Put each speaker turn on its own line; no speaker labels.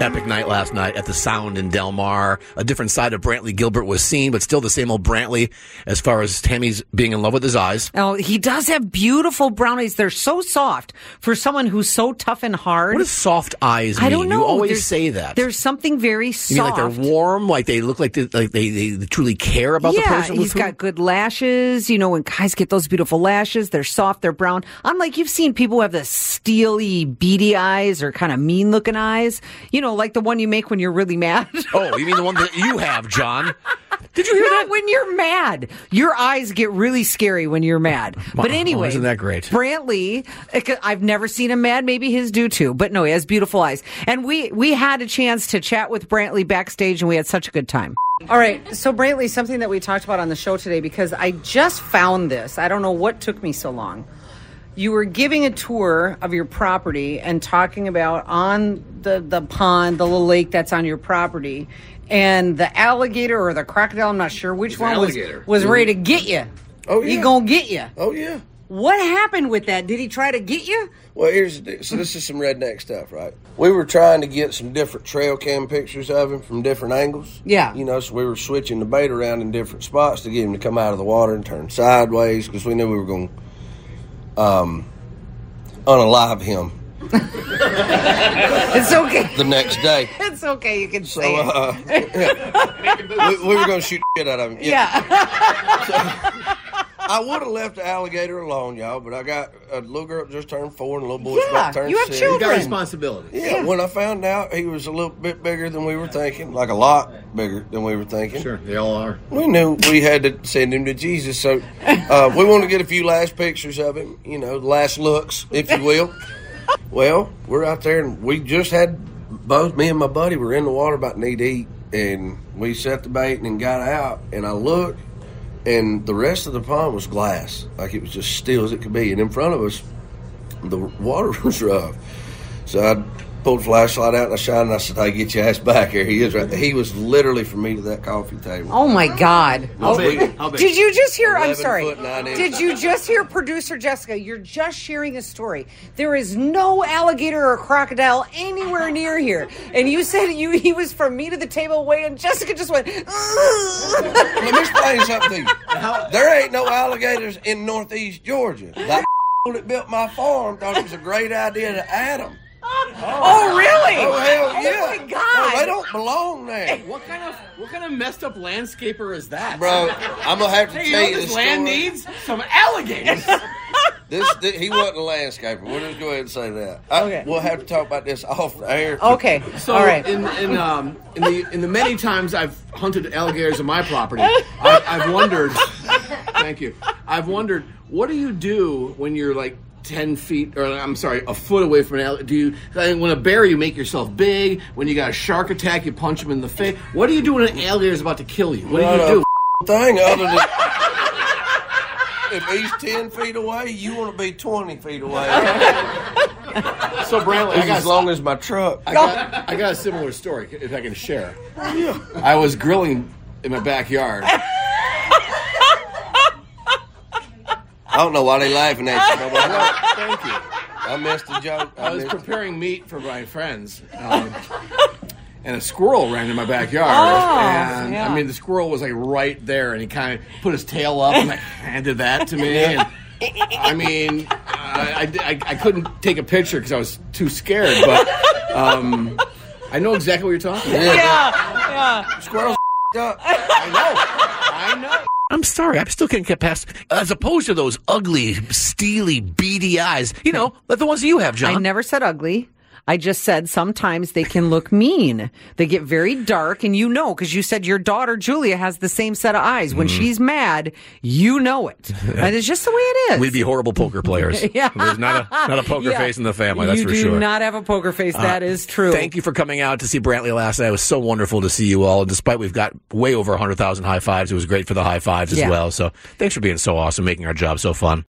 epic night last night at the Sound in Del Mar. A different side of Brantley Gilbert was seen, but still the same old Brantley as far as Tammy's being in love with his eyes.
Oh, he does have beautiful brown eyes. They're so soft for someone who's so tough and hard.
What does soft eyes mean?
I don't know.
You always
There's-
say that.
There's something very
you mean like
soft.
they're warm, like they look like they, like they, they truly care about the
yeah,
person? with
he's
whom-
got good lashes. You know, when guys get those beautiful lashes, they're soft, they're brown. Unlike you've seen people who have the steely, beady eyes or kind of mean looking eyes. You know, like the one you make when you're really mad.
Oh, you mean the one that you have, John? Did you hear
Not
that?
when you're mad. Your eyes get really scary when you're mad. But
Wow,
anyway,
isn't that great?
Brantley, I've never seen him mad. Maybe his do too. But no, he has beautiful eyes. And we we had a chance to chat with Brantley backstage, and we had such a good time. All right, so Brantley, something that we talked about on the show today because I just found this. I don't know what took me so long. You were giving a tour of your property and talking about on the the pond, the little lake that's on your property, and the alligator or the crocodile. I'm not sure which one was
alligator. Mm-hmm.
was ready to get you.
Oh,
he
yeah.
gonna get you.
Oh yeah.
What happened with that? Did he try to get you?
Well, here's the, so this is some redneck stuff, right? We were trying to get some different trail cam pictures of him from different angles.
Yeah.
you know, so we were switching the bait around in different spots to get him to come out of the water and turn sideways because we knew we were going to um, unalive him
It's okay.
the next day.
It's okay. You can
So
say it.
uh, yeah. we, we were going to shoot shit out of him.
Yeah.
I would have left the alligator alone, y'all, but I got a little girl just turned four and a little boy
Yeah,
about to turn
you have
six.
children.
got responsibility.
Yeah, when I found out he was a little bit bigger than we were thinking, like a lot bigger than we were thinking,
Sure, they all are.
we knew we had to send him to Jesus. So uh, we want to get a few last pictures of him, you know, last looks, if you will. well, we're out there and we just had both me and my buddy were in the water about knee deep, and we set the bait and got out, and I looked, and the rest of the pond was glass, like it was just still as it could be, and in front of us, the water was rough. So I pulled the flashlight out and I shined and I said, Hey, get your ass back here. He is right there. He was literally from me to that coffee table.
Oh my God.
How big? How
Did you just hear? I'm
11
sorry.
foot, nine inch.
Did you just hear producer Jessica? You're just sharing a story. There is no alligator or crocodile anywhere near here. And you said you he was from me to the table away, and Jessica just went, "Ugh."
Let me explain something to you. There ain't no alligators in northeast Georgia. That that built my farm thought it was a great idea to add them.
Oh, really?
Oh, hell yeah.
my God.
No, they don't belong there.
What kind of what kind of messed up landscaper is that,
Bro, I'm going to have to
Hey, you know
tell
what
you
this
the
land
story.
needs some alligators.
This, thi- he wasn't a landscaper. We'll just go ahead and say that. I-
Okay.
We'll have to talk about this off the air.
Okay.
So
All right.
in in um in the in the many times I've hunted alligators on my property, I, I've wondered. thank you. I've wondered what do you do when you're like ten feet, or I'm sorry, a foot away from an alligator? Do you like, when a bear you make yourself big? When you got a shark attack, you punch him in the face. What do you do when an alligator is about to kill you? What do
Not
you
a
do?
thing other than if he's ten feet away, you want to be twenty feet away.
So Brantley, I
He's
got
as long as my truck.
I got, I got a similar story, if I can share. I was grilling in my backyard.
I don't know why they laughing at you. but I-
Thank you.
I missed the joke. I
I was
missed it.
preparing meat for my friends. Um, And a squirrel ran in my backyard, and
yeah.
I mean the squirrel was like right there, and he kind of put his tail up and like handed that to me. And, I mean, I, I, I couldn't take a picture because I was too scared, but um, I know exactly what you're talking about.
Squirrels up.
I know, I know.
I'm sorry, I still can't get past, as opposed to those ugly, steely, beady eyes, you know, like the ones that you have, John.
I never said ugly. I just said sometimes they can look mean. They get very dark, and you know because you said your daughter Julia has the same set of eyes.
Mm-hmm.
When she's mad, you know it, and it's just the way it is.
We'd be horrible poker players.
Yeah.
There's not a, not a poker
Yeah.
face in the family, that's
you
for
do
sure. Uh,
not have a poker face. that is true.
Thank you for coming out to see Brantley last night. It was so wonderful to see you all. And despite we've got way over 100,000 high fives, it was great for the high fives as
Yeah.
well. So thanks for being so awesome, making our job so fun.